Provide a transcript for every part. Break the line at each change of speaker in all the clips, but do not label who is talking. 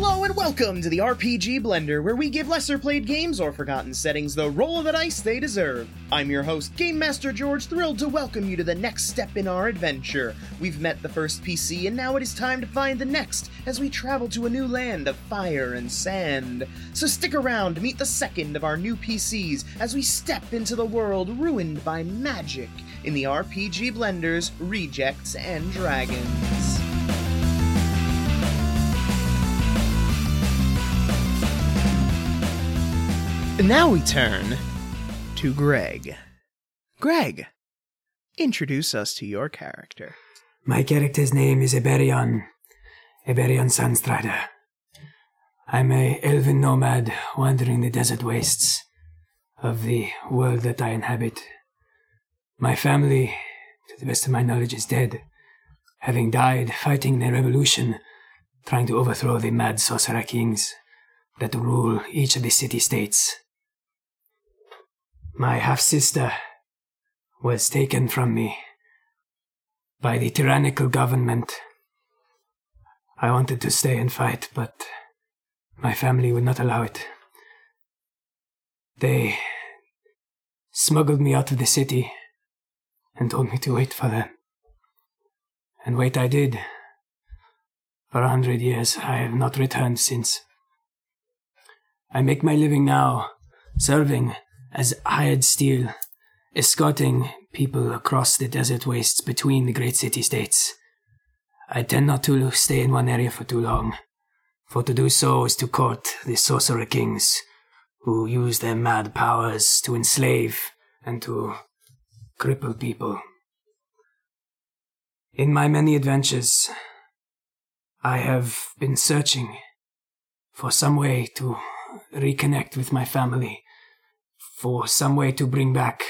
Welcome to the RPG Blender, where we give lesser played games or forgotten settings the roll of the dice they deserve. I'm your host, Game Master George, thrilled to welcome you to the next step in our adventure. We've met the first PC, and now it is time to find the next as we travel to a new land of fire and sand. So stick around to meet the second of our new PCs as we step into the world ruined by magic in the RPG Blender's Rejects and Dragons. Now we turn to Greg. Greg, introduce us to your character.
My character's name is Eberion. Eberion Sunstrider. I'm a elven nomad wandering the desert wastes of the world that I inhabit. My family, to the best of my knowledge, is dead, having died fighting the revolution, trying to overthrow the mad sorcerer kings that rule each of the city states. My half sister was taken from me by the tyrannical government. I wanted to stay and fight, but my family would not allow it. They smuggled me out of the city and told me to wait for them. And wait I did. For a hundred years, I have not returned since. I make my living now, serving as hired steel, escorting people across the desert wastes between the great city states. I tend not to stay in one area for too long, for to do so is to court the sorcerer kings, who use their mad powers to enslave and to cripple people. In my many adventures, I have been searching for some way to reconnect with my family, for some way to bring back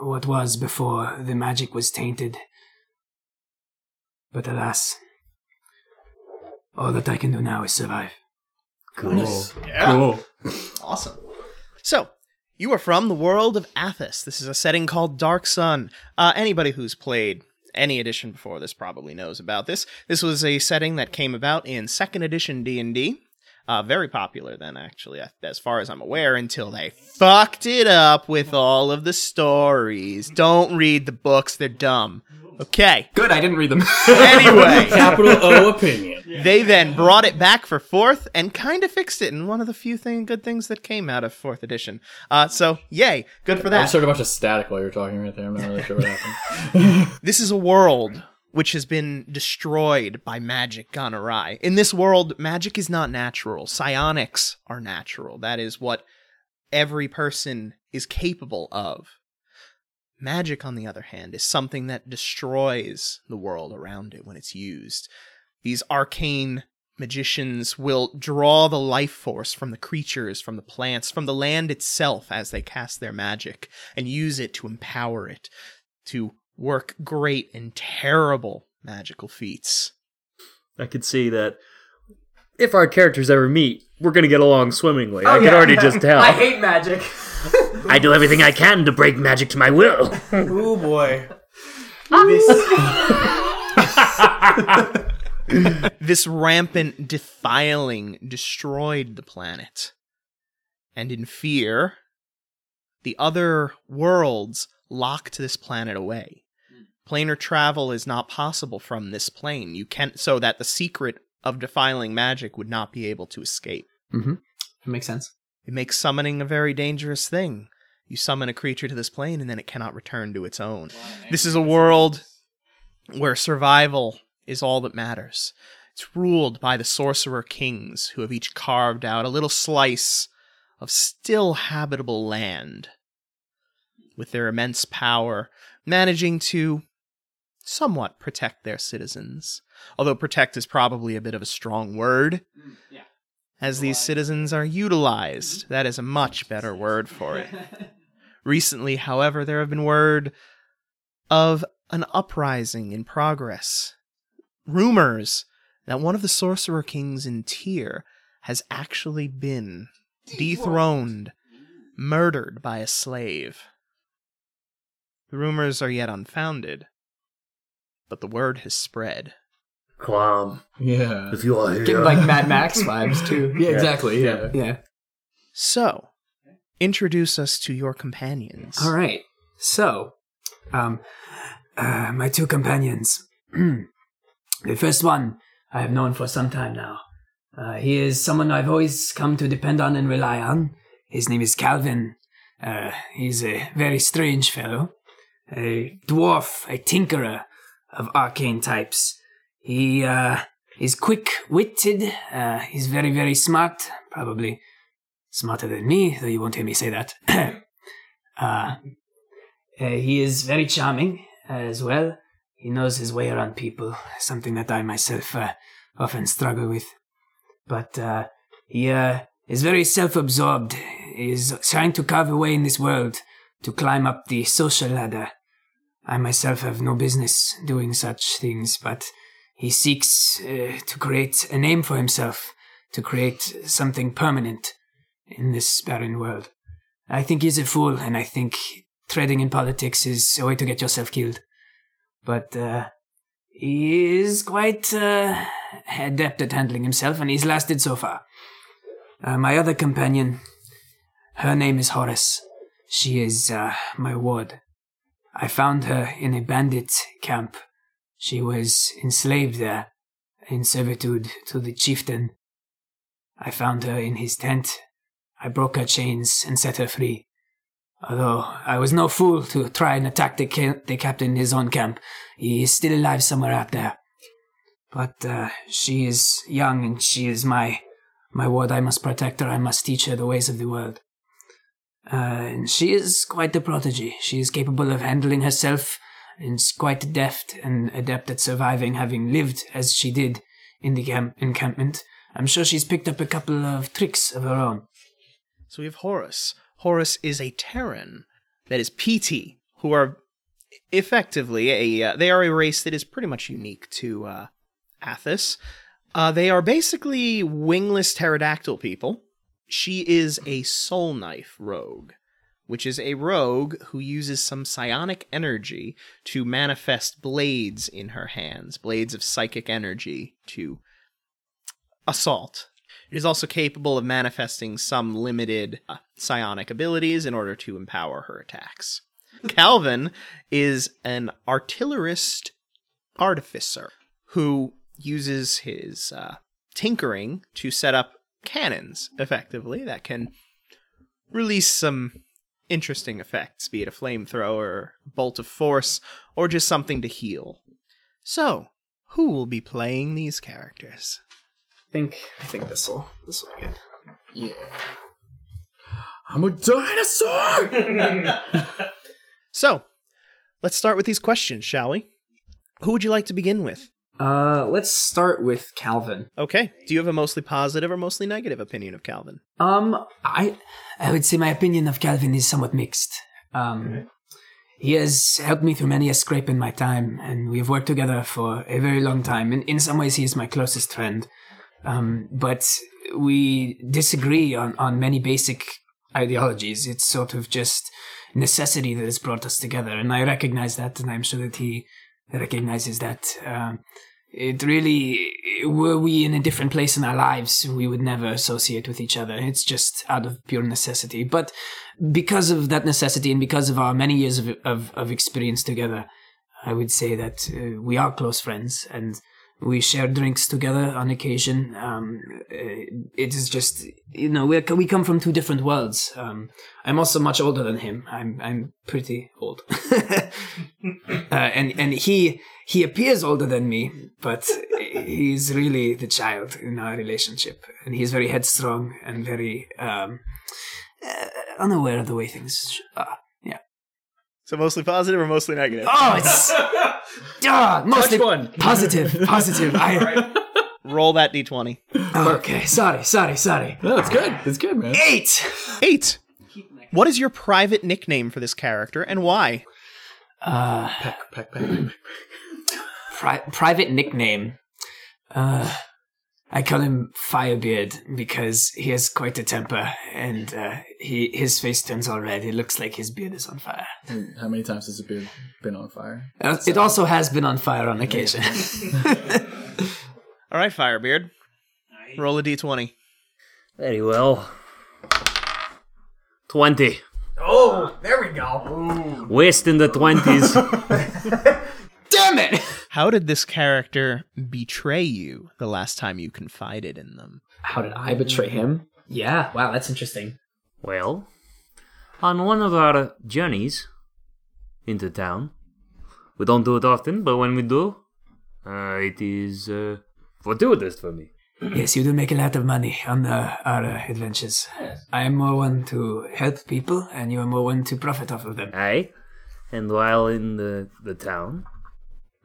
what was before the magic was tainted. But alas, all that I can do now is survive.
Cool.
Yeah.
Cool.
Awesome. So, you are from the world of Athos. This is a setting called Dark Sun. Uh, anybody who's played any edition before this probably knows about this. This was a setting that came about in second edition D and D. Uh, Very popular then, actually, a- as far as I'm aware, until they fucked it up with all of the stories. Don't read the books; they're dumb. Okay.
Good, I didn't read them.
Anyway,
Capital O opinion.
they then brought it back for fourth and kind of fixed it in one of the few thing good things that came out of fourth edition. Uh, so yay, good for
I
that.
just heard a bunch of static while you were talking right there. I'm not really sure what happened.
This is a world which has been destroyed by magic gone awry. In this world, magic is not natural. Psionics are natural. That is what every person is capable of. Magic, on the other hand, is something that destroys the world around it when it's used. These arcane magicians will draw the life force from the creatures, from the plants, from the land itself as they cast their magic and use it to empower it to work great and terrible magical feats.
I could see that if our characters ever meet, we're going to get along swimmingly. I can
Oh, Yeah.
already just tell.
I
I,
hate magic.
do everything I can to break magic to my will.
Oh boy.
This rampant defiling destroyed the planet. And in fear, the other worlds locked this planet away. Planar travel is not possible from this plane. You can't, so that the secret of defiling magic would not be able to escape.
mm-hmm. That makes sense.
It makes summoning a very dangerous thing. You summon a creature to this plane and then it cannot return to its own. This is a world where survival is all that matters. It's ruled by the sorcerer kings who have each carved out a little slice of still habitable land with their immense power, managing to somewhat protect their citizens. Although protect is probably a bit of a strong word as these citizens are utilized. That is a much better word for it. Recently, however, there have been word of an uprising in progress. Rumors that one of the sorcerer kings in Tyr has actually been dethroned, murdered by a slave. The rumors are yet unfounded, but the word has spread.
Clam,
Yeah.
if you are here.
Getting like Mad Max vibes too.
Yeah.
Yeah, exactly.
Yeah.
Yeah.
So, introduce us to your companions.
All right. So,
Um, uh, my two companions. the first one I have known for some time now. Uh, he is someone I've always come to depend on and rely on. His name is Calvin. Uh, he's a very strange fellow, a dwarf, a tinkerer of arcane types. He uh, is quick witted, uh, he's very, very smart, probably smarter than me, though you won't hear me say that. uh, uh, he is very charming uh, as well. He knows his way around people, something that I myself uh, often struggle with. But uh, he uh, is very self absorbed, is trying to carve away in this world to climb up the social ladder. I myself have no business doing such things, but he seeks uh, to create a name for himself, to create something permanent in this barren world. I think he's a fool, and I think trading in politics is a way to get yourself killed. But uh, he is quite uh, adept at handling himself, and he's lasted so far. Uh, my other companion, her name is Horace. She is uh, my ward. I found her in a bandit camp. She was enslaved there, in servitude to the chieftain. I found her in his tent. I broke her chains and set her free. Although I was no fool to try and attack the, ca- the captain in his own camp, he is still alive somewhere out there. But uh, she is young and she is my my ward. I must protect her. I must teach her the ways of the world. Uh, and she is quite a prodigy. She is capable of handling herself and is quite deft and adept at surviving, having lived as she did in the camp- encampment. I'm sure she's picked up a couple of tricks of her own.
So we have Horus. Horus is a Terran that is PT, who are effectively a uh, they are a race that is pretty much unique to uh, Athos. Uh, they are basically wingless pterodactyl people. She is a soul knife rogue, which is a rogue who uses some psionic energy to manifest blades in her hands, blades of psychic energy to assault it is also capable of manifesting some limited uh, psionic abilities in order to empower her attacks. Calvin is an artillerist artificer who uses his uh, tinkering to set up cannons effectively that can release some interesting effects, be it a flamethrower, bolt of force, or just something to heal. So, who will be playing these characters?
I think I think this will this will be good.
I'm a dinosaur!
So, let's start with these questions, shall we? Who would you like to begin with?
Uh, let's start with Calvin.
Okay. Do you have a mostly positive or mostly negative opinion of Calvin?
Um, I
I would say my opinion of Calvin is somewhat mixed. Um, He has helped me through many a scrape in my time, and we have worked together for a very long time. And in some ways, he is my closest friend. Um, but we disagree on, on many basic ideologies. It's sort of just necessity that has brought us together, and I recognize that, and I'm sure that he recognizes that. Um, it really were we in a different place in our lives we would never associate with each other it's just out of pure necessity but because of that necessity and because of our many years of of, of experience together i would say that uh, we are close friends and we share drinks together on occasion um, uh, it is just you know we we come from two different worlds um, i'm also much older than him i'm i'm pretty old uh, and and he he appears older than me, but he's really the child in our relationship, and he's very headstrong and very um, uh, unaware of the way things are. Yeah.
So, mostly positive or mostly negative?
Oh, it's ah, mostly
one.
positive, positive. I,
Roll that d20.
okay, sorry, sorry, sorry.
no, it's good. It's good, man.
Eight.
Eight. What is your private nickname for this character and why?
Uh,
Pack, pack, pack.
pri- private nickname. Uh, I call him Firebeard because he has quite a temper, and uh, he his face turns all red. It looks like his beard is on fire.
How many times has it been, been on fire?
Uh, it also has been on fire on occasion.
All right, Firebeard. Roll a d20.
Very well. 20.
Oh, there we go.
Waste in the 20s.
Damn it!
How did this character betray you the last time you confided in them?
How did I betray him? Yeah, wow, that's interesting.
well, on one of our journeys into town, we don't do it often, but when we do, uh, it is uh, fortuitous for me.
Yes, you do make a lot of money on uh, our uh, adventures. I am more one to help people, and you are more one to profit off of them.
Aye. And while in the, the town,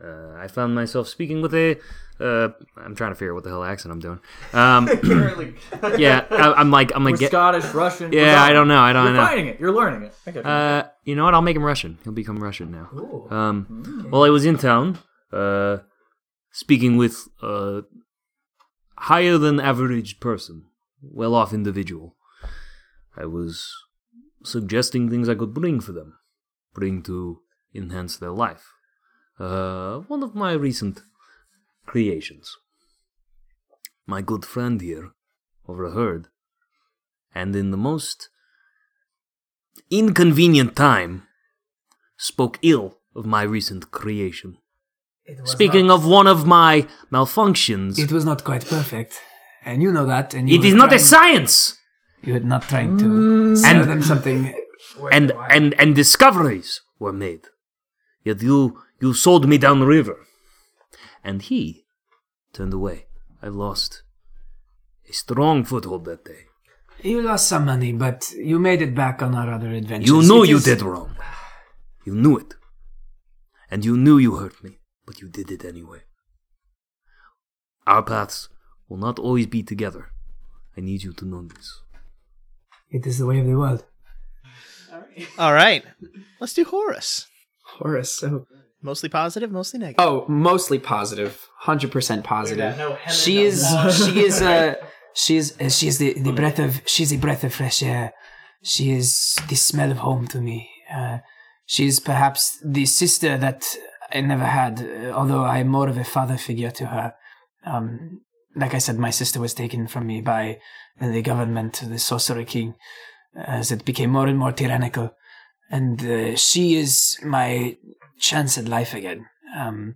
uh, I found myself speaking with a. Uh, I'm trying to figure out what the hell accent I'm doing. Um, yeah, I, I'm like, I'm like,
We're
get,
Scottish, Russian.
Yeah,
we're
I don't know, I
You're
don't know.
finding it. You're learning it. Okay.
Uh, you know what? I'll make him Russian. He'll become Russian now.
Oh.
Um, well, I was in town, uh, speaking with a higher than average person, well off individual. I was suggesting things I could bring for them, bring to enhance their life. Uh, one of my recent creations. My good friend here overheard, and in the most inconvenient time, spoke ill of my recent creation. Speaking of one of my malfunctions,
It was not quite perfect, and you know that. And you
it
were
is not a
trying-
science,
You were not trying
Mm.
to sell
And-
them something.
and and and discoveries were made. Yet you you sold me down the river, and he turned away. I lost a strong foothold that day.
You lost some money, but you made it back on our other adventures.
You knew
It
you
is-
did wrong. You knew it. And you knew you hurt me, but you did it anyway. Our paths will not always be together. I need you to know this.
It is the way of the world.
All right, let's do Horus.
Horace, so.
Mostly positive, mostly negative.
Oh, mostly positive. 100% positive. she is, she is, uh, she's,
Uh, she is the, the breath of she is the breath of fresh air. She is the smell of home to me. Uh, she is perhaps the sister that I never had, uh, although I am more of a father figure to her. Um, like I said, my sister was taken from me by the government, the Sorcerer King, as it became more and more tyrannical. And uh, she is my chance at life again. Um,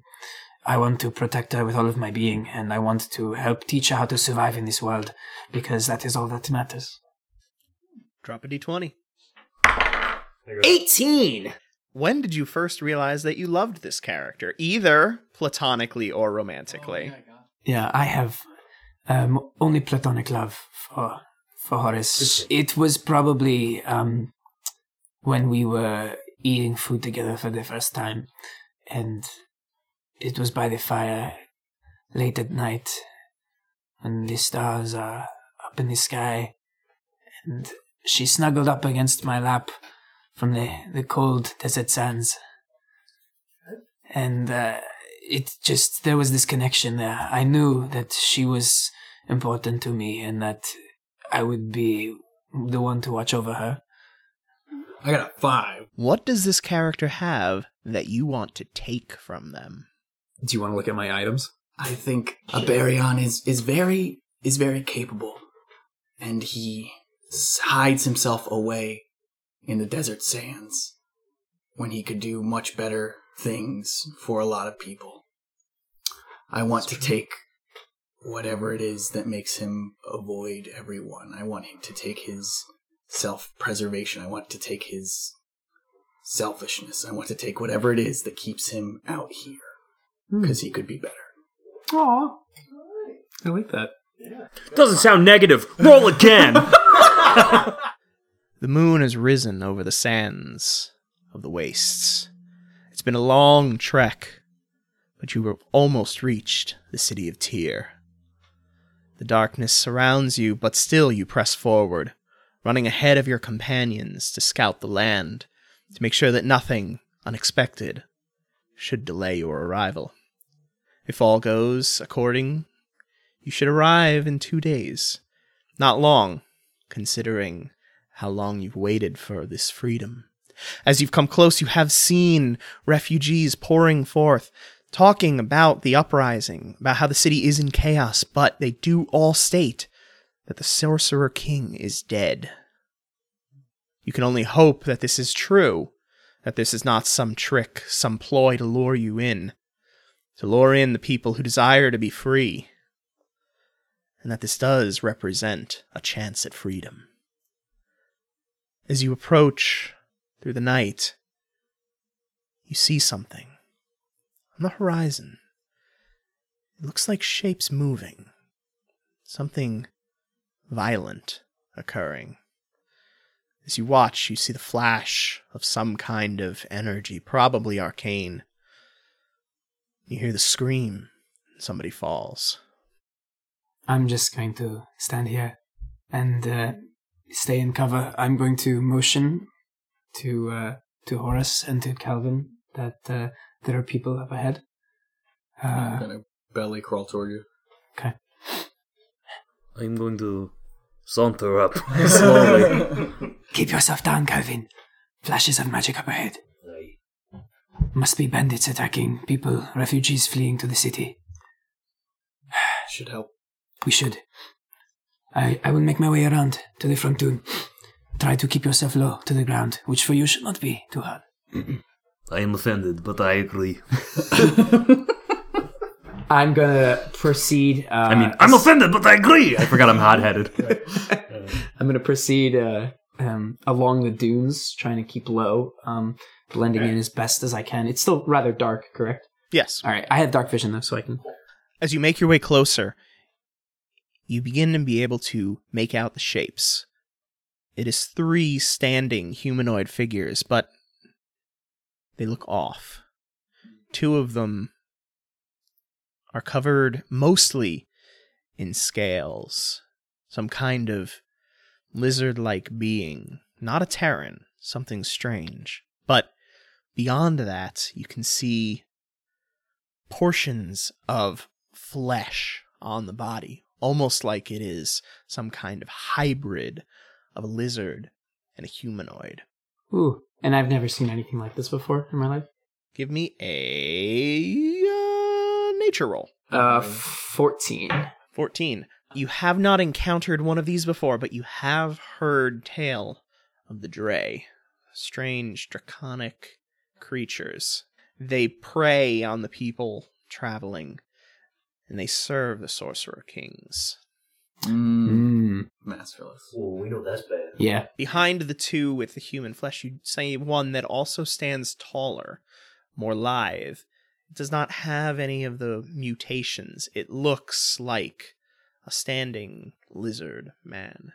I want to protect her with all of my being, and I want to help teach her how to survive in this world, because that is all that matters.
Drop a d20.
18!
When did you first realize that you loved this character, either platonically or romantically?
Yeah, I have um, only platonic love for for Horace. It was probably um, when we were eating food together for the first time, and it was by the fire late at night, and the stars are up in the sky, and she snuggled up against my lap from the, the cold desert sands. And uh, it just, there was this connection there. I knew that she was important to me and that I would be the one to watch over her.
I got a five.
What does this character have that you want to take from them?
Do you want to look at my items?
I think a Baryon is is very is very capable, and he s- hides himself away in the desert sands when he could do much better things for a lot of people. I want to take whatever it is that makes him avoid everyone. I want him to take his self-preservation. I want to take his selfishness. I want to take whatever it is that keeps him out here because he could be better.
Aw. I like that.
Doesn't sound negative. Roll again.
The moon has risen over the sands of the wastes. It's been a long trek, but you have almost reached the city of Tyr. The darkness surrounds you, but still you press forward, running ahead of your companions to scout the land, to make sure that nothing unexpected should delay your arrival. If all goes according, you should arrive in two days. Not long, considering how long you've waited for this freedom. As you've come close, you have seen refugees pouring forth, talking about the uprising, about how the city is in chaos, but they do all state that the Sorcerer King is dead. You can only hope that this is true, that this is not some trick, some ploy to lure you in, to lure in the people who desire to be free, and that this does represent a chance at freedom. As you approach through the night, you see something on the horizon. It looks like shapes moving, something violent occurring. As you watch, you see the flash of some kind of energy, probably arcane. You hear the scream, somebody falls.
I'm just going to stand here and uh, stay in cover. I'm going to motion to uh, to Horace and to Calvin that uh, there are people up ahead.
I'm
Uh,
gonna belly crawl toward you.
okay.
I'm going to saunter up slowly.
Keep yourself down, Calvin. Flashes of magic up ahead. Must be bandits attacking people, refugees fleeing to the city.
Should help.
We should. I, I will make my way around to the front dune. Try to keep yourself low to the ground, which for you should not be too hard.
I am offended, but I agree.
I'm gonna proceed. Uh,
I mean, I'm offended, but I agree. I forgot I'm hot-headed.
I'm gonna proceed uh, um, along the dunes, trying to keep low, um, blending in as best as I can. It's still rather dark, correct?
Yes.
All right, I have dark vision though, so I can.
As you make your way closer, you begin to be able to make out the shapes. It is three standing humanoid figures, but they look off. Two of them are covered mostly in scales, some kind of lizard like being. Not a Terran, something strange. But beyond that, you can see portions of flesh on the body, almost like it is some kind of hybrid of a lizard and a humanoid.
Ooh, and I've never seen anything like this before in my life.
Give me a uh, nature roll.
Uh, fourteen.
14. You have not encountered one of these before, but you have heard tale of the Dre. Strange, draconic creatures. They prey on the people traveling, and they serve the Sorcerer Kings.
Mm.
Mm.
Masterless.
Yeah.
Behind the two with the human flesh, you say one that also stands taller, more lithe. It does not have any of the mutations. It looks like a standing lizard man.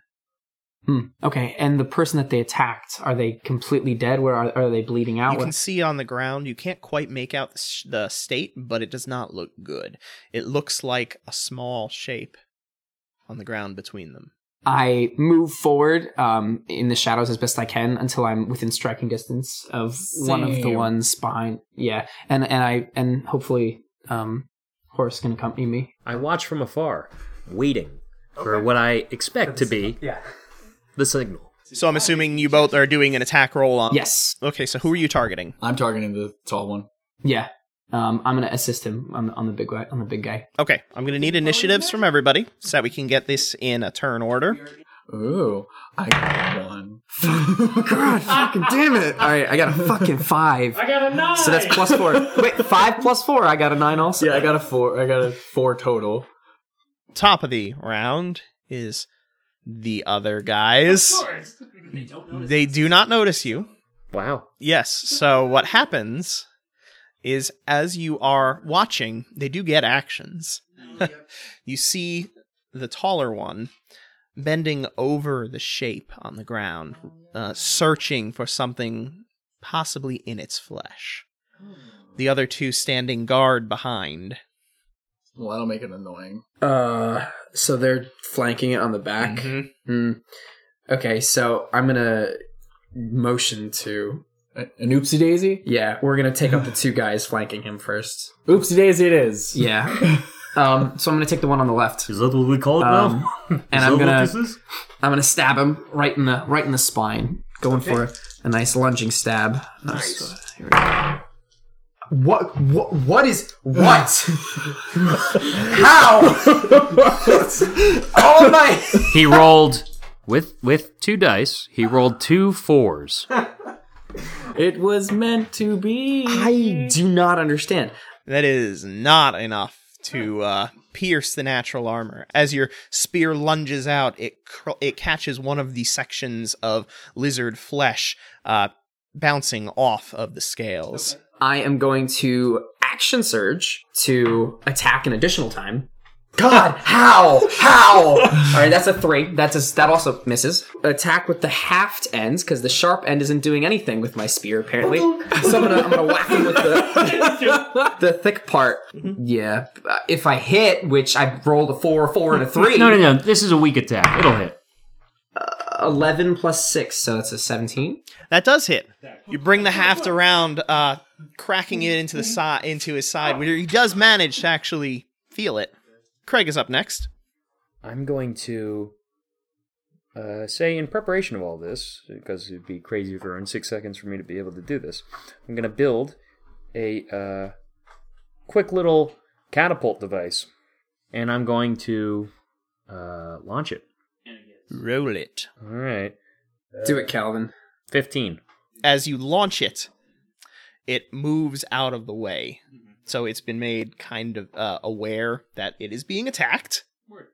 Hmm. Okay, and the person that they attacked, are they completely dead? Where are, are they bleeding out?
You can
What-
see on the ground. You can't quite make out the, sh- the state, but it does not look good. It looks like a small shape on the ground between them.
I move forward um, in the shadows as best I can until I'm within striking distance of one of the
Same.
ones behind. Yeah, and and I and hopefully um, Horace can accompany me.
I watch from afar, waiting for what I expect to be
Yeah.
the signal.
So I'm assuming you both are doing an attack roll on.
Yes.
Okay, so who are you targeting?
I'm targeting the tall one.
Yeah. Um, I'm gonna assist him on the, on the big guy. On the big guy.
Okay, I'm gonna need initiatives from everybody so that we can get this in a turn order.
Ooh, I got one. God,
Fucking damn it! All right, I got a fucking five. I got a nine. So that's plus four. Wait, five plus four. I got a nine also.
Yeah, I got a four. I got a four total.
Top of the round is the other guys. They do not notice you.
Wow.
Yes. So what happens is as you are watching, they do get actions. you see the taller one bending over the shape on the ground, uh, searching for something possibly in its flesh. The other two standing guard behind.
Well, that'll make it annoying.
Uh, so they're flanking it on the back. Mm. Okay, so I'm gonna motion to.
A- An oopsie daisy?
Yeah, we're gonna take up the two guys flanking him first.
Oopsie daisy it is.
Yeah. um. So I'm gonna take the one on the left,
Is that what we call it
Um,
now?
and
is
I'm
that what
gonna
this is?
I'm gonna stab him right in the right in the spine, going for a, a nice lunging stab. Nice. here we go.
What? What? What is what? How? All my.
He rolled with with two dice. He rolled two fours.
It was meant to be.
I do not understand.
That is not enough to uh, pierce the natural armor. As your spear lunges out, it cr- it catches one of the sections of lizard flesh, uh, bouncing off of the scales.
I am going to action surge to attack an additional time.
God, how? How?
All right, that's a three. That's a, that also misses. Attack with the haft ends because the sharp end isn't doing anything with my spear apparently. So I'm gonna, I'm gonna whack him with the the thick part. Yeah, uh, if I hit, which I rolled a four, a four, and a three.
No, no, no. This is a weak attack. It'll hit.
Eleven plus six, so that's a seventeen.
That does hit. You bring the haft around, uh, cracking it into the side into his side, where he does manage to actually feel it. Craig is up next.
I'm going to uh, say, in preparation of all this, because it'd be crazy for in six seconds for me to be able to do this, I'm going to build a uh, quick little catapult device, and I'm going to uh, launch it.
Roll it.
All right,
Do it, Calvin.
fifteen.
As you launch it, it moves out of the way. So it's been made kind of uh, aware that it is being attacked.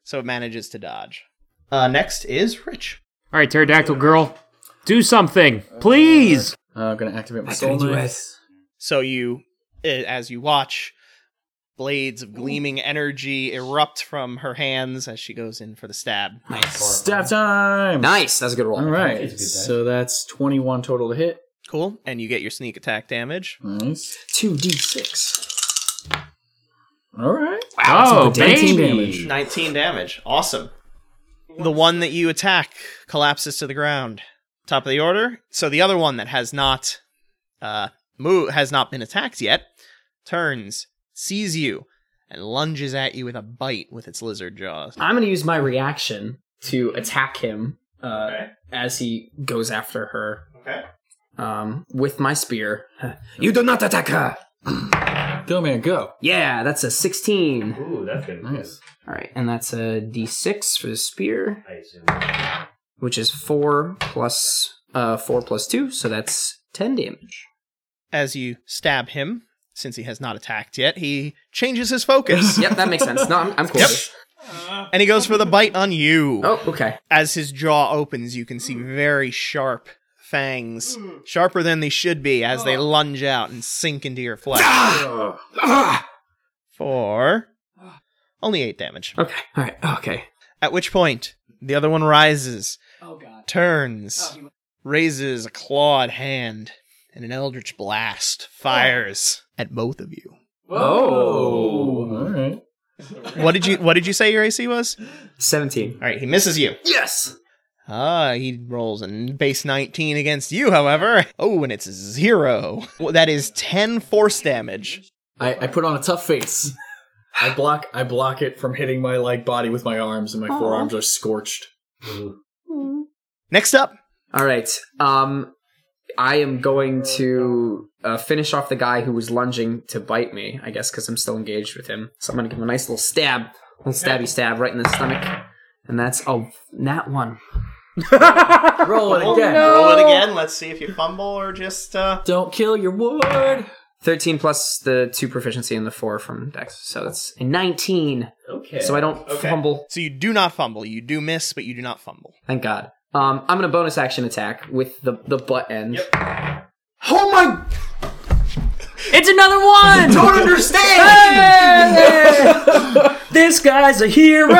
So it manages to dodge. Uh, next is Rich.
All right, pterodactyl girl, do something, please.
Uh, gonna activate my
I
soul
told you
knife.
guys.
So you, uh, as you watch, blades of gleaming energy erupt from her hands as she goes in for the stab.
Stab time.
Nice. That's a good roll.
All right, so that's twenty-one total to hit.
Cool. And you get your sneak attack damage.
Nice.
Two d six.
All right.
oh, baby.
19 damage.
19 damage. Awesome. The one that you attack collapses to the ground. Top of the order. So the other one that has not uh move has not been attacked yet turns, sees you, and lunges at you with a bite with its lizard jaws.
I'm gonna use my reaction to attack him uh, as he goes after her.
Okay.
Um, with my spear. You do not attack her.
Go man, go.
Yeah, that's a 16.
Ooh, that's good.
Nice.
All right, and that's a d6 for the spear, which is four plus uh four plus two, so that's ten damage.
As you stab him, since he has not attacked yet, he changes his focus
Yep, that makes sense. No, I'm, I'm cool. with
and he goes for the bite on you.
it. Oh, okay.
As his jaw opens, you can see very sharp fangs, sharper than they should be, as they lunge out and sink into your flesh. For only eight damage.
Okay. All right. Okay.
At which point, the other one rises, turns, raises a clawed hand, and an eldritch blast fires at both of you.
Oh.
All right.
What did you What did you say your AC was?
17.
All right, he misses you.
Yes.
Ah, he rolls a base 19 against you, however. Oh, and it's zero. Well, that is 10 force damage.
I, I put on a tough face. I block I block it from hitting my like body with my arms, and my forearms are scorched.
Next up,
All right. Um, I am going to uh, finish off the guy who was lunging to bite me. I guess because I'm still engaged with him, so I'm gonna give him a nice little stab, little stabby stab right in the stomach, and that's oh, that one.
Roll
Oh,
it again.
roll it again. Let's see if you fumble or just. Uh...
Don't kill your ward.
13 plus the 2 proficiency and the 4 from dex so that's a 19 okay so i don't fumble
So you do not fumble. You do miss, but you do not fumble.
thank god um, i'm gonna bonus action attack with the, the butt end
Oh my!
It's another one.
Don't understand.
this guy's a hero.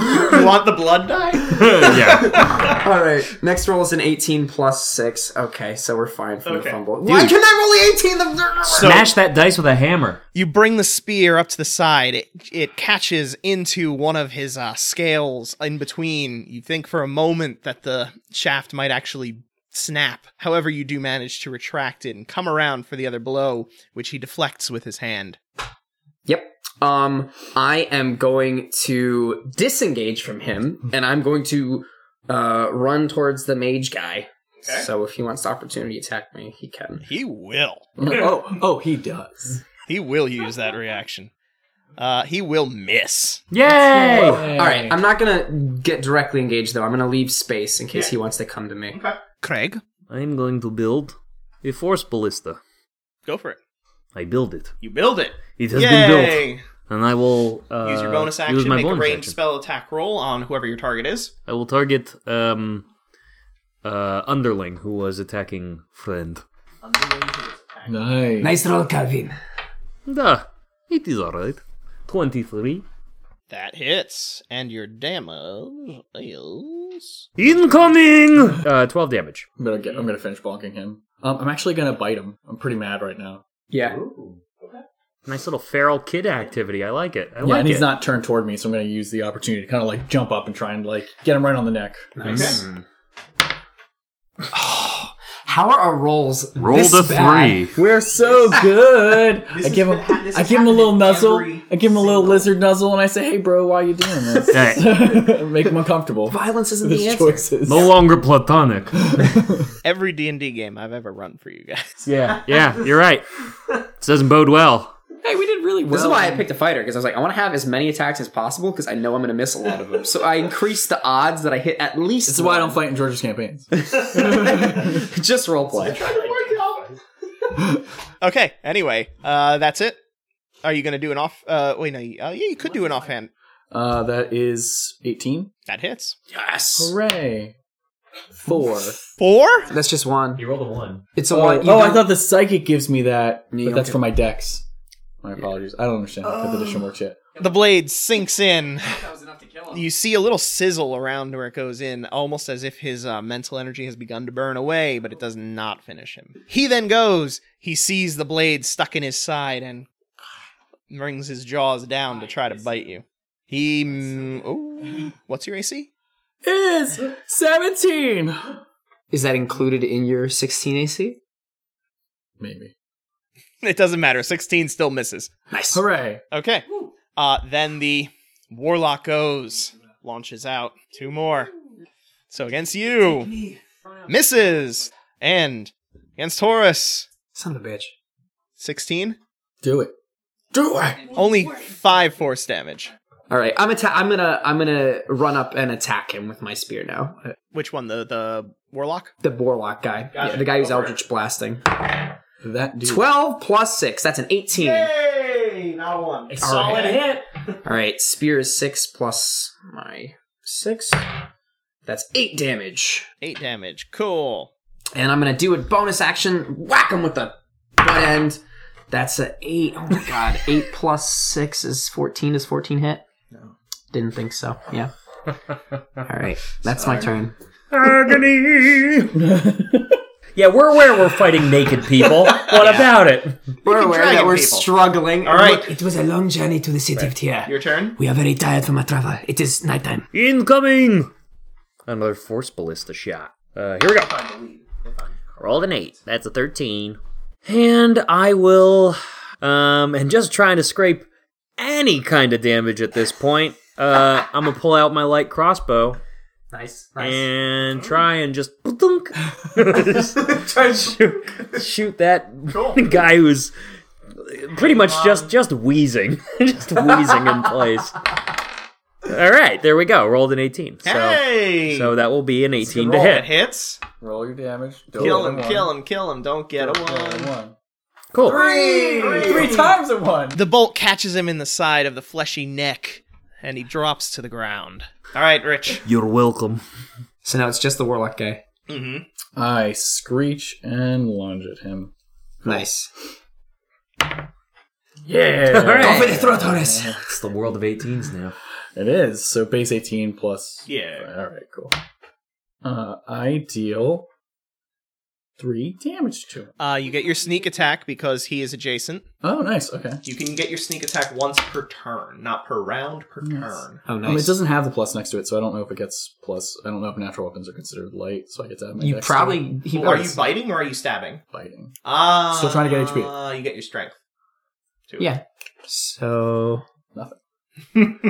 you want the blood die?
Oh,
all right next roll is an 18 plus 6 okay so we're fine from the fumble
Why can I roll the eighteen? The
Smash that dice with a hammer.
You bring the spear up to the side. It, it catches into one of his uh, scales in between. You think for a moment that the shaft might actually snap. However, you do manage to retract it and come around for the other blow, which he deflects with his hand.
yep um, i am going to disengage from him and i'm going to uh, run towards the mage guy So if he wants the opportunity to attack me, he can.
He will.
oh, oh, he does.
He will use that reaction. Uh, he will miss.
Yay!
All right, I'm not gonna get directly engaged though. I'm gonna leave space in case he wants to come to me.
Craig,
I'm going to build a force ballista.
go for it.
I build it.
You build it.
It has been built,
Yay!
and I will uh,
Use your bonus action.
Use my
make a
bonus
ranged
action.
spell attack roll on whoever your target is.
I will target um, uh, underling who was attacking friend.
Nice.
Nice roll, Calvin.
Duh, it is alright. Twenty-three
That hits, and your damage is
incoming. Uh, Twelve damage.
I'm gonna get. I'm gonna finish bonking him. Um, I'm actually gonna bite him. I'm pretty mad right now.
Yeah.
Nice little feral kid activity. I like it. I
yeah,
like
and
it.
he's not turned toward me, so I'm gonna use the opportunity to kind of like jump up and try and like get him right on the neck.
How are our rolls?
Roll the three.
We're so good. I give him, I give him a little nuzzle. I give him a little lizard nuzzle, and I say, "Hey, bro, why you doing this? Make him uncomfortable."
Violence isn't the
His
answer.
choices.
No longer platonic.
every D and D game I've ever run for you guys.
Yeah, yeah, you're right. This doesn't bode well.
Hey, we did really well.
This is why I picked a fighter because I was like, I want to have as many attacks as possible because I know I'm going to miss a lot of them. So I increased the odds that I hit at least.
This is why I don't fight in Georgia's campaigns.
just roleplay.
Okay. Anyway, uh, that's it. Are you gonna do an off? Uh, wait, no. you- Uh, yeah, you could do an offhand.
Uh, that is 18.
That hits
Yes.
Hooray! Four.
four.
That's just one.
You rolled a one.
It's a
Oh,
one. You
oh, I
don't-
thought the psychic gives me that,
You
but
don't
that's
get-
for my dex. My apologies. I don't understand how
Oh.
fifth edition works yet.
The blade sinks in. You see a little sizzle around where it goes in, almost as if his uh, mental energy has begun to burn away, but it does not finish him. He then goes. He sees the blade stuck in his side and brings his jaws down to try to bite you. He. mm, oh, what's your AC?
Is 17.
Is that included in your 16 AC?
Maybe.
It doesn't matter. 16 still misses.
Nice.
Hooray!
Okay. Uh, then the warlock goes, launches out. Two more. So against you, misses. And against Horus,
Son of a bitch.
16.
Do it. Do it.
Only five force damage.
All right, I'm atta- I'm gonna I'm gonna run up and attack him with my spear now. Uh,
Which one? The the warlock?
The Borlock guy, Yeah, the guy who's Eldritch blasting.
That dude.
Twelve plus six, that's an eighteen.
Hey, not one.
Solid
hit.
All right, spear is six plus my six. That's eight damage,
Eight damage. Cool.
and I'm gonna do a bonus action. Whack him with the butt end. That's a eight. Oh my god, eight plus six is fourteen. Is fourteen hit? No, didn't think so. Yeah. All right, that's my turn.
Yeah, we're aware we're fighting naked people. What about it?
We're aware that
dragon
we're
people.
struggling.
All right.
It was a long journey to the city of Tyr.
Your turn.
We are very tired from our travel. It is nighttime.
Incoming. Another force ballista shot. Uh, here we go. Rolled an eight. That's a thirteen. And I will, um, and just trying to scrape any kind of damage at this point. Uh, I'm gonna pull out my light crossbow
Nice,
and try and just, try and shoot, shoot that guy who's pretty much just just wheezing, just wheezing in place. All right, there we go. Rolled an 18. So,
hey!
so that will be an 18 to
Roll. It
hit.
hits.
Roll your damage. Don't
Kill
roll
him,
a one.
kill him, kill him. Don't get a
Roll a
one.
one.
Cool.
Three times a one.
The bolt catches him in the side of the fleshy neck, and he drops to the ground. All right, Rich.
You're welcome.
So now it's just the warlock guy.
Mm-hmm.
I screech and lunge at him.
Nice.
Yeah.
All right.
the throat, Horace. Oh,
It's the world of 18s now.
It is. So base 18 plus.
Yeah.
All right, cool. Uh, I deal three damage to him.
Uh, you get your sneak attack because he is adjacent.
Oh, nice. Okay.
You can get your sneak attack once per turn, not per round, per
Nice.
turn.
Oh,
Um,
nice.
it doesn't have the plus next to it, so I don't know if it gets plus. I don't know if natural weapons are considered light, so I get to have my
you
dex
probably. He
Well, are you
was.
biting or are you stabbing?
biting.
Ah,
Still trying to get HP.
You get your strength. Too.
Yeah. So
Nothing.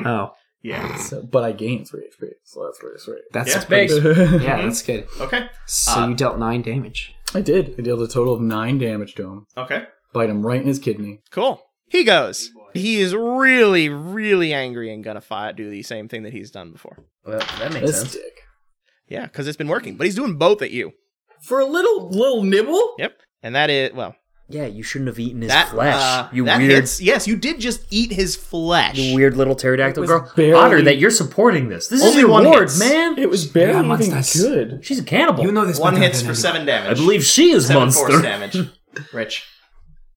Oh,
Yeah.
So, but I gained three HP, so that's really sweet.
That's
Yeah,
big.
big.
Yeah, that's good.
Okay.
So you dealt nine damage.
I did. I dealt a total of nine damage to him.
Okay.
Bite him right in his kidney.
Cool. He goes. He is really, really angry and gonna fight, do the same thing that he's done before.
Well, that makes
This
sense.
dick.
Yeah, because it's been working, but he's doing both at you.
For a little little nibble?
Yep. And that is well.
Yeah, you shouldn't have eaten his
that
flesh.
uh,
you
that
weird,
hits- Yes, you did just eat his flesh.
you weird little pterodactyl
It was
girl.
barely-
Honor that you're supporting this. This
Only
is your
one
ward,
hits.
man.
It was barely
Yeah,
even
monsters.
good.
She's a cannibal.
You know this
One
better
hits
than
for
anyone.
seven damage.
I believe she is
seven
monster.
force damage. Rich.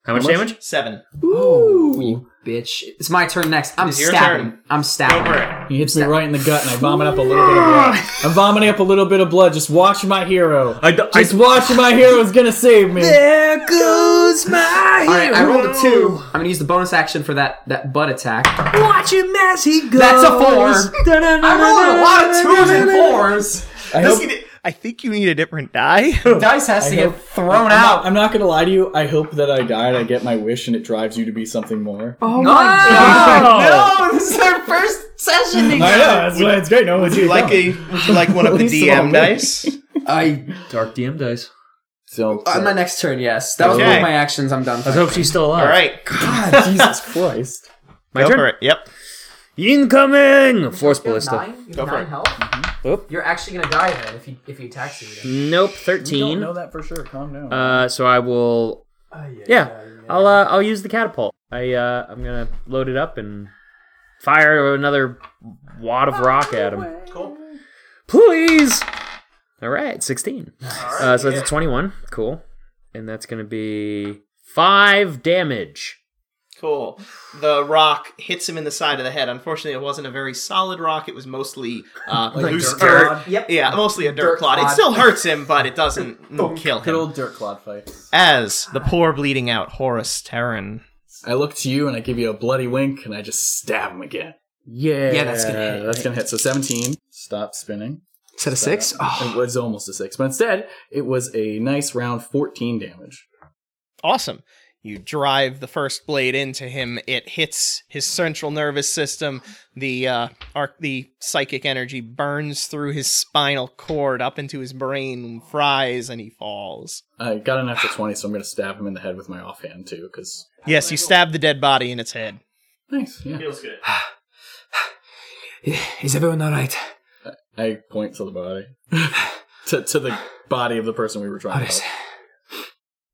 How much damage?
Seven.
Ooh, you bitch! It's my turn next. I'm
It's your
stabbing.
turn.
I'm
Go
stabbing.
for it.
He hits me right in the gut and I vomit up a little bit of blood. I'm vomiting up a little bit of blood. Just watch my hero.
I, d- I-
Just watch my hero is gonna save me.
there goes my
All right, I rolled a two. I'm gonna use the bonus action for that that butt attack.
Watch him as he goes.
That's a four.
Uh,
I rolled a lot of twos and fours.
I
Does
hope,
he di- I think you need a different die.
Oh,
Dice has to
I
get
hope-
thrown
I'm
out.
not, I'm not gonna lie to you. I hope that I die and I get my wish and it drives you to be something more.
Oh
Oh,
No, this is our first session
I know,
together.
that's why it's great. No one's
Would you like a? Would you like one of the
At least a
DM
little bit.
dice?
I
Dark DM dice.
so,
on my next turn. Yes, that was
Okay.
one of my actions. I'm done.
I hope she's still alive.
All right.
God,
Jesus Christ.
My
Go
turn?
for it. Yep.
Incoming! Force ballista.
Nine,
Go for nine it.
health.
Oop.
You're actually gonna die then if you if he attacks you.
Nope,
You don't
thirteen.
know that for sure. Calm down.
Uh, so I will. yeah, I'll uh, I'll use the catapult. I uh, I'm gonna load it up and fire another wad of rock at him.
Cool.
Please. All right, sixteen. Uh, so that's a twenty-one. Cool, and that's gonna be five damage.
Cool. The rock hits him in the side of the head. Unfortunately, it wasn't a very solid rock. It was mostly uh, loose
dirt
dirt.
clod. Yep.
Yeah, mostly a dirt,
Dirt
clod. It
clod.
still hurts him, but it doesn't mm, kill
Good
him.
old dirt clod fight.
As the poor bleeding out Horus Terran.
I look to you and I give you a bloody wink and I just stab him again. Yeah.
Yeah, that's gonna hit.
That's gonna hit. So 17. Stop spinning.
Set a six.
It was almost a six, but instead it was a nice round 14 damage.
Awesome. You drive the first blade into him. It hits his central nervous system. The uh, arc, the psychic energy burns through his spinal cord up into his brain, and fries, and he falls.
I got an extra 20, so I'm gonna stab him in the head with my offhand too, because.
Yes, you stab the dead body in its head.
Nice, yeah.
Is everyone all right?
I point to the body. to, to the body of the person we were trying
Horace,
to help.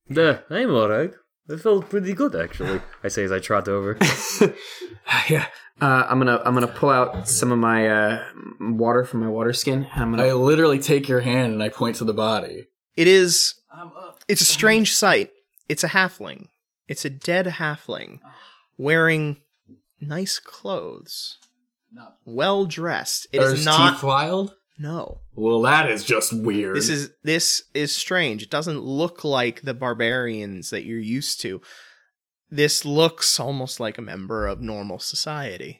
Yeah, I'm alright. I felt pretty good actually. I say as I trot over.
here.
Uh, I'm gonna I'm gonna pull out some of my uh, water from my water skin. and I'm gonna
I literally take your hand and I point to the body.
It is. It's a strange sight. It's a halfling. It's a dead halfling wearing nice clothes, well dressed. It
Are
is
his
not.
teeth wild?
No,
Well, that is just weird.
this is this is strange. It doesn't look like the barbarians that you're used to. This looks almost like a member of normal society,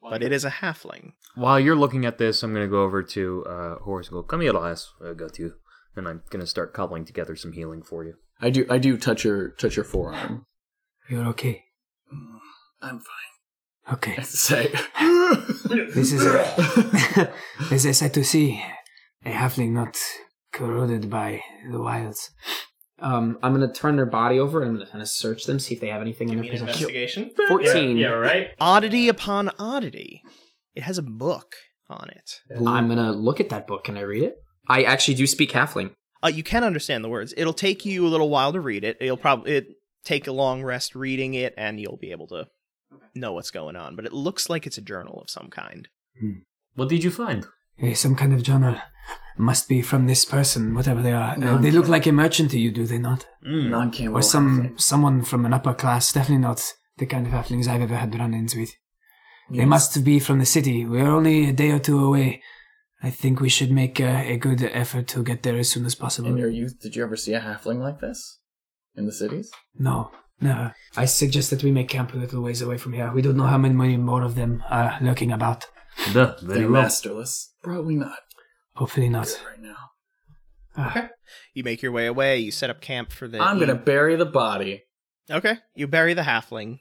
but it is a halfling.
While you're looking at this, I'm gonna go over to uh, Horace and go, "Come here, lass. I got you." And I'm gonna start cobbling together some healing for you.
I do. I do touch your touch your forearm.
You're okay.
I'm fine.
Okay.
Say.
This is a, as I said to see, a halfling not corroded by the wilds.
um I'm gonna turn their body over and I'm gonna, gonna search them, see if they have anything in their possession.
investigation.
Fourteen.
right?
Oddity upon oddity. It has a book on it.
I'm gonna look at that book. Can I read it? I actually do speak halfling.
Uh, you can understand the words. It'll take you a little while to read it. It'll probably it take a long rest reading it, and you'll be able to know what's going on. But it looks like it's a journal of some kind.
What did you find?
Eh, some kind of journal. Must be from this person, whatever they are. Uh, they look like a merchant to you, do they not?
Hmm.
non camel
Or some someone from an upper class. Definitely not the kind of halflings I've ever had run-ins with. They must be from the city. We're only a day or two away. I think we should make uh, a good effort to get there as soon as possible.
In your youth, did you ever see a halfling like this in the cities?
No, never. I suggest that we make camp a little ways away from here. We don't know how many more of them are lurking about.
Duh, very
They're
well.
masterless. Probably not
Hopefully not.
right now.
You make your way away. You set up camp for the. e-,
I'm gonna
eve-
bury the body.
Okay, you bury the halfling,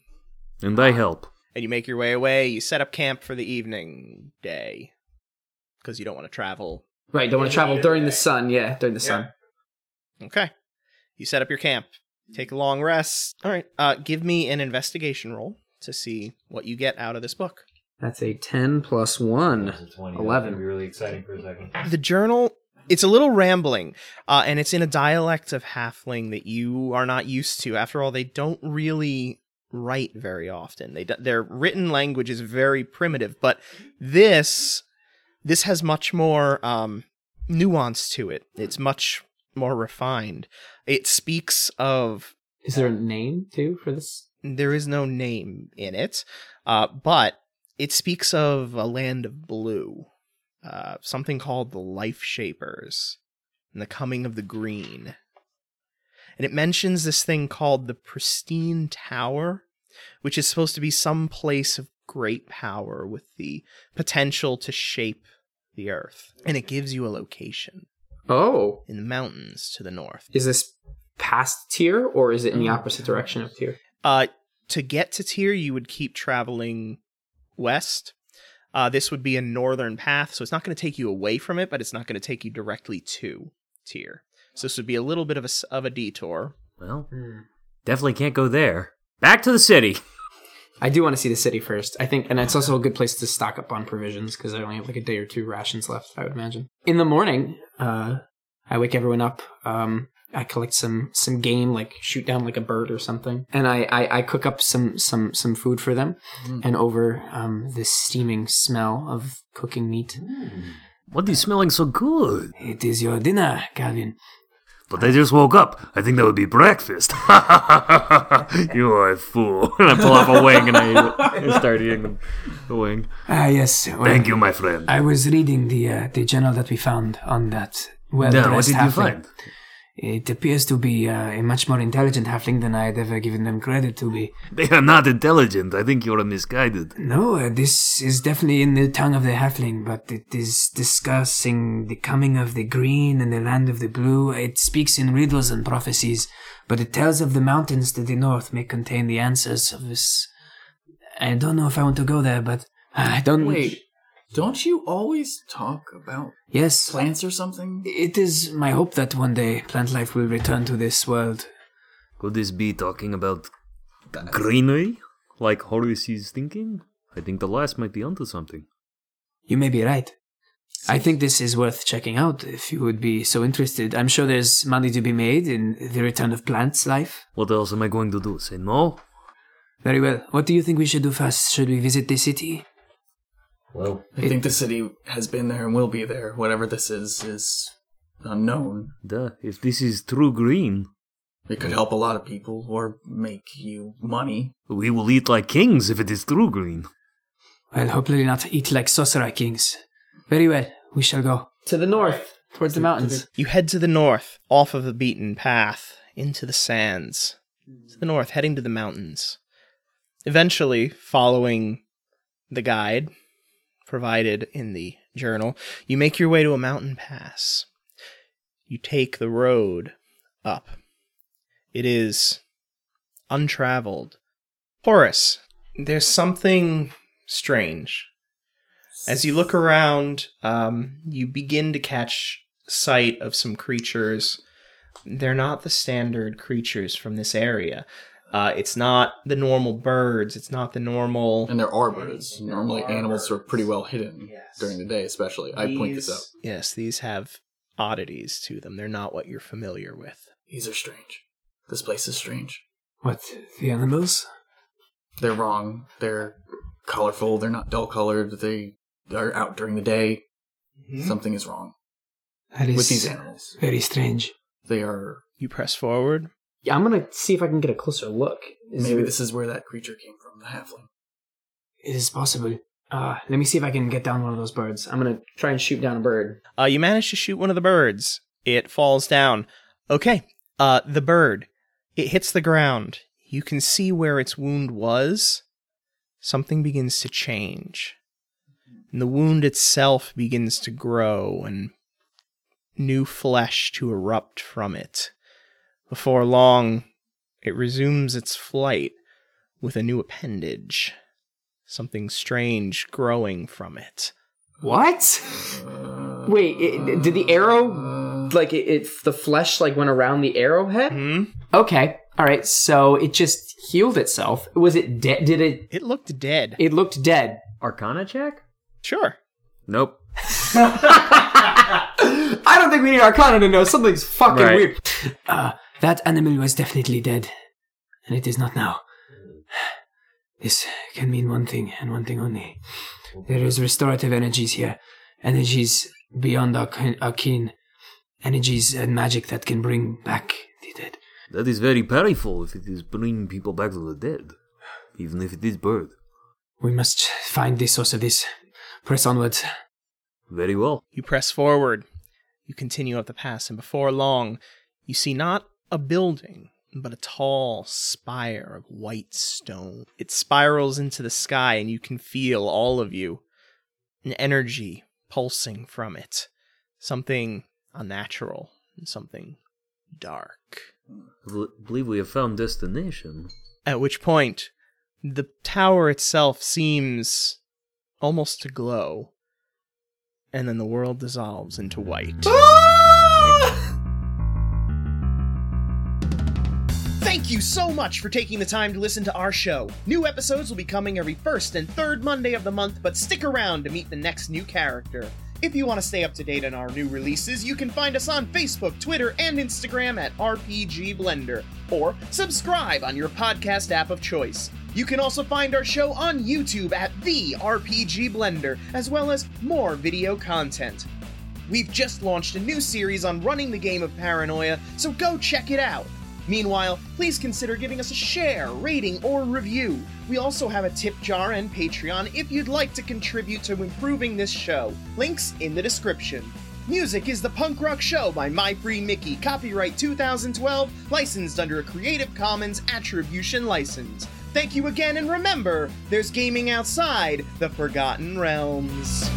And I help.
and you make your way away. You set up camp for the evening day because you don't want to travel
Right, don't want to travel during the sun. Yeah, during the sun.
Okay. You set up your camp. Take a long rest. All right. Uh, give me an investigation roll to see what you get out of this book.
That's a 10 plus 1.
20.
11.
That'd be really exciting for a second.
The journal. It's a little rambling, uh, and it's in a dialect of halfling that you are not used to. After all, they don't really write very often. They do- their written language is very primitive, but this this has much more um, nuance to it. It's much more refined. It speaks of
Is there a name too for this?
there is no name in it, uh, but it speaks of a land of blue, uh, something called the Life Shapers, and the coming of the green. And it mentions this thing called the Pristine Tower, which is supposed to be some place of great power with the potential to shape the earth. And it gives you a location
Oh,
in the mountains to the north.
is this past tier or is it in the opposite direction of tier?
Uh, to get to Tyr, you would keep traveling west. Uh, this would be a northern path, so it's not going to take you away from it, but it's not going to take you directly to Tyr. So this would be a little bit of a s- of a detour.
Well, definitely can't go there. Back to the city.
I do want to see the city first. I think, and it's also a good place to stock up on provisions because I only have like a day or two rations left. I would imagine. In the morning, uh, I wake everyone up. Um, I collect some some game, like shoot down like a bird or something, and I I, I cook up some some some food for them. And over um, this steaming smell of cooking meat,
What are you smelling so good?
It is your dinner, Calvin.
But I just woke up. I think that would be breakfast. you are a fool. And I pull off a wing and I, eat it. I start eating the, the wing.
Ah, yes. well,
Thank you, my friend.
I was reading the uh, the journal that we found on that. Well,
now, what did you
halfling.
find?
It appears to be uh, a much more intelligent halfling than I had ever given them credit to be.
They are not intelligent. I think you are misguided.
No, uh, this is definitely in the tongue of the halfling, but it is discussing the coming of the green and the land of the blue. It speaks in riddles and prophecies, but it tells of the mountains to the north may contain the answers of this. I don't know if I want to go there, but I don't.
Wait, don't you always talk about
Yes,
plants or something?
it is my hope that one day plant life will return to this world.
Could this be talking about greenery? Like Horace is thinking? I think the last might be onto something.
You may be right. I think this is worth checking out if you would be so interested. I'm sure there's money to be made in the return of plants' life.
What else am I going to do? Say no?
Very well. What do you think we should do first? Should we visit the city?
Well,
I
It-
think the city has been there and will be there. Whatever this is, is unknown.
Duh. If this is true green,
It could help a lot of people or make you money.
we will eat like kings if it is true green.
Well, hopefully not eat like sorcerer kings. Very well. We shall go.
To the north, towards the mountains.
You head to the north, off of the beaten path, into the sands. To the north, heading to the mountains. Eventually, following the guide provided in the journal, you make your way to a mountain pass. You take the road up. It is untraveled. Horus, there's something strange as you look around, um, you begin to catch sight of some creatures. They're not the standard creatures from this area. Uh, it's not the normal birds. It's not the normal.
And there are birds. Normally, animals are pretty well hidden during the day, especially. I point this out.
Yes, these have oddities to them. They're not what you're familiar with.
These are strange. This place is strange.
What? The animals?
They're wrong. They're colorful. They're not dull colored. They are out during the day.
Hmm?
Something is wrong
That is
with these animals.
very strange.
They are.
You press forward.
Yeah, I'm gonna see if I can get a closer look. Is
Maybe
there-
this is where that creature came from, the halfling.
It is possible.
Uh, let me see if I can get down one of those birds. I'm gonna try and shoot down a bird.
Uh, you manage to shoot one of the birds. It falls down. Okay. Uh, the bird. It hits the ground. You can see where its wound was. Something begins to change. And the wound itself begins to grow and new flesh to erupt from it. Before long, it resumes its flight with a new appendage something strange growing from it.
What? Wait, it, did the arrow like it, it? The flesh like went around the arrowhead.
Hmm?
Okay, all right. So it just healed itself. Was it dead? Did it?
It looked dead.
It looked dead.
Arcana check?
Sure.
Nope.
I don't think we need Arcana to know something's fucking
Right.
weird.
Uh, that animal was definitely dead, and it is not now. This can mean one thing and one thing only. There is restorative energies here, energies beyond our, kin- our kin, energies and magic that can bring back the dead.
That is very powerful if it is bringing people back to the dead, even if it is bird.
We must find the source of this. Press onwards.
Very well.
You press forward. You continue up the pass, and before long, you see not a building, but a tall spire of white stone. It spirals into the sky, and you can feel all of you an energy pulsing from it. Something unnatural and something dark.
I bel- believe we have found destination.
At which point, the tower itself seems almost to glow, and then the world dissolves into white. Thank you so much for taking the time to listen to our show. New episodes will be coming every first and third Monday of the month, but stick around to meet the next new character. If you want to stay up to date on our new releases, you can find us on Facebook, Twitter, and Instagram at RPG Blender, or subscribe on your podcast app of choice. You can also find our show on YouTube at The RPG Blender, as well as more video content. We've just launched a new series on running the game of paranoia, so go check it out. Meanwhile, please consider giving us a share, rating, or review. We also have a tip jar and Patreon if you'd like to contribute to improving this show. Links in the description. Music is The Punk Rock Show by My Free Mickey, copyright 2012, licensed under a Creative Commons Attribution License. Thank you again, and remember, there's gaming outside the Forgotten Realms.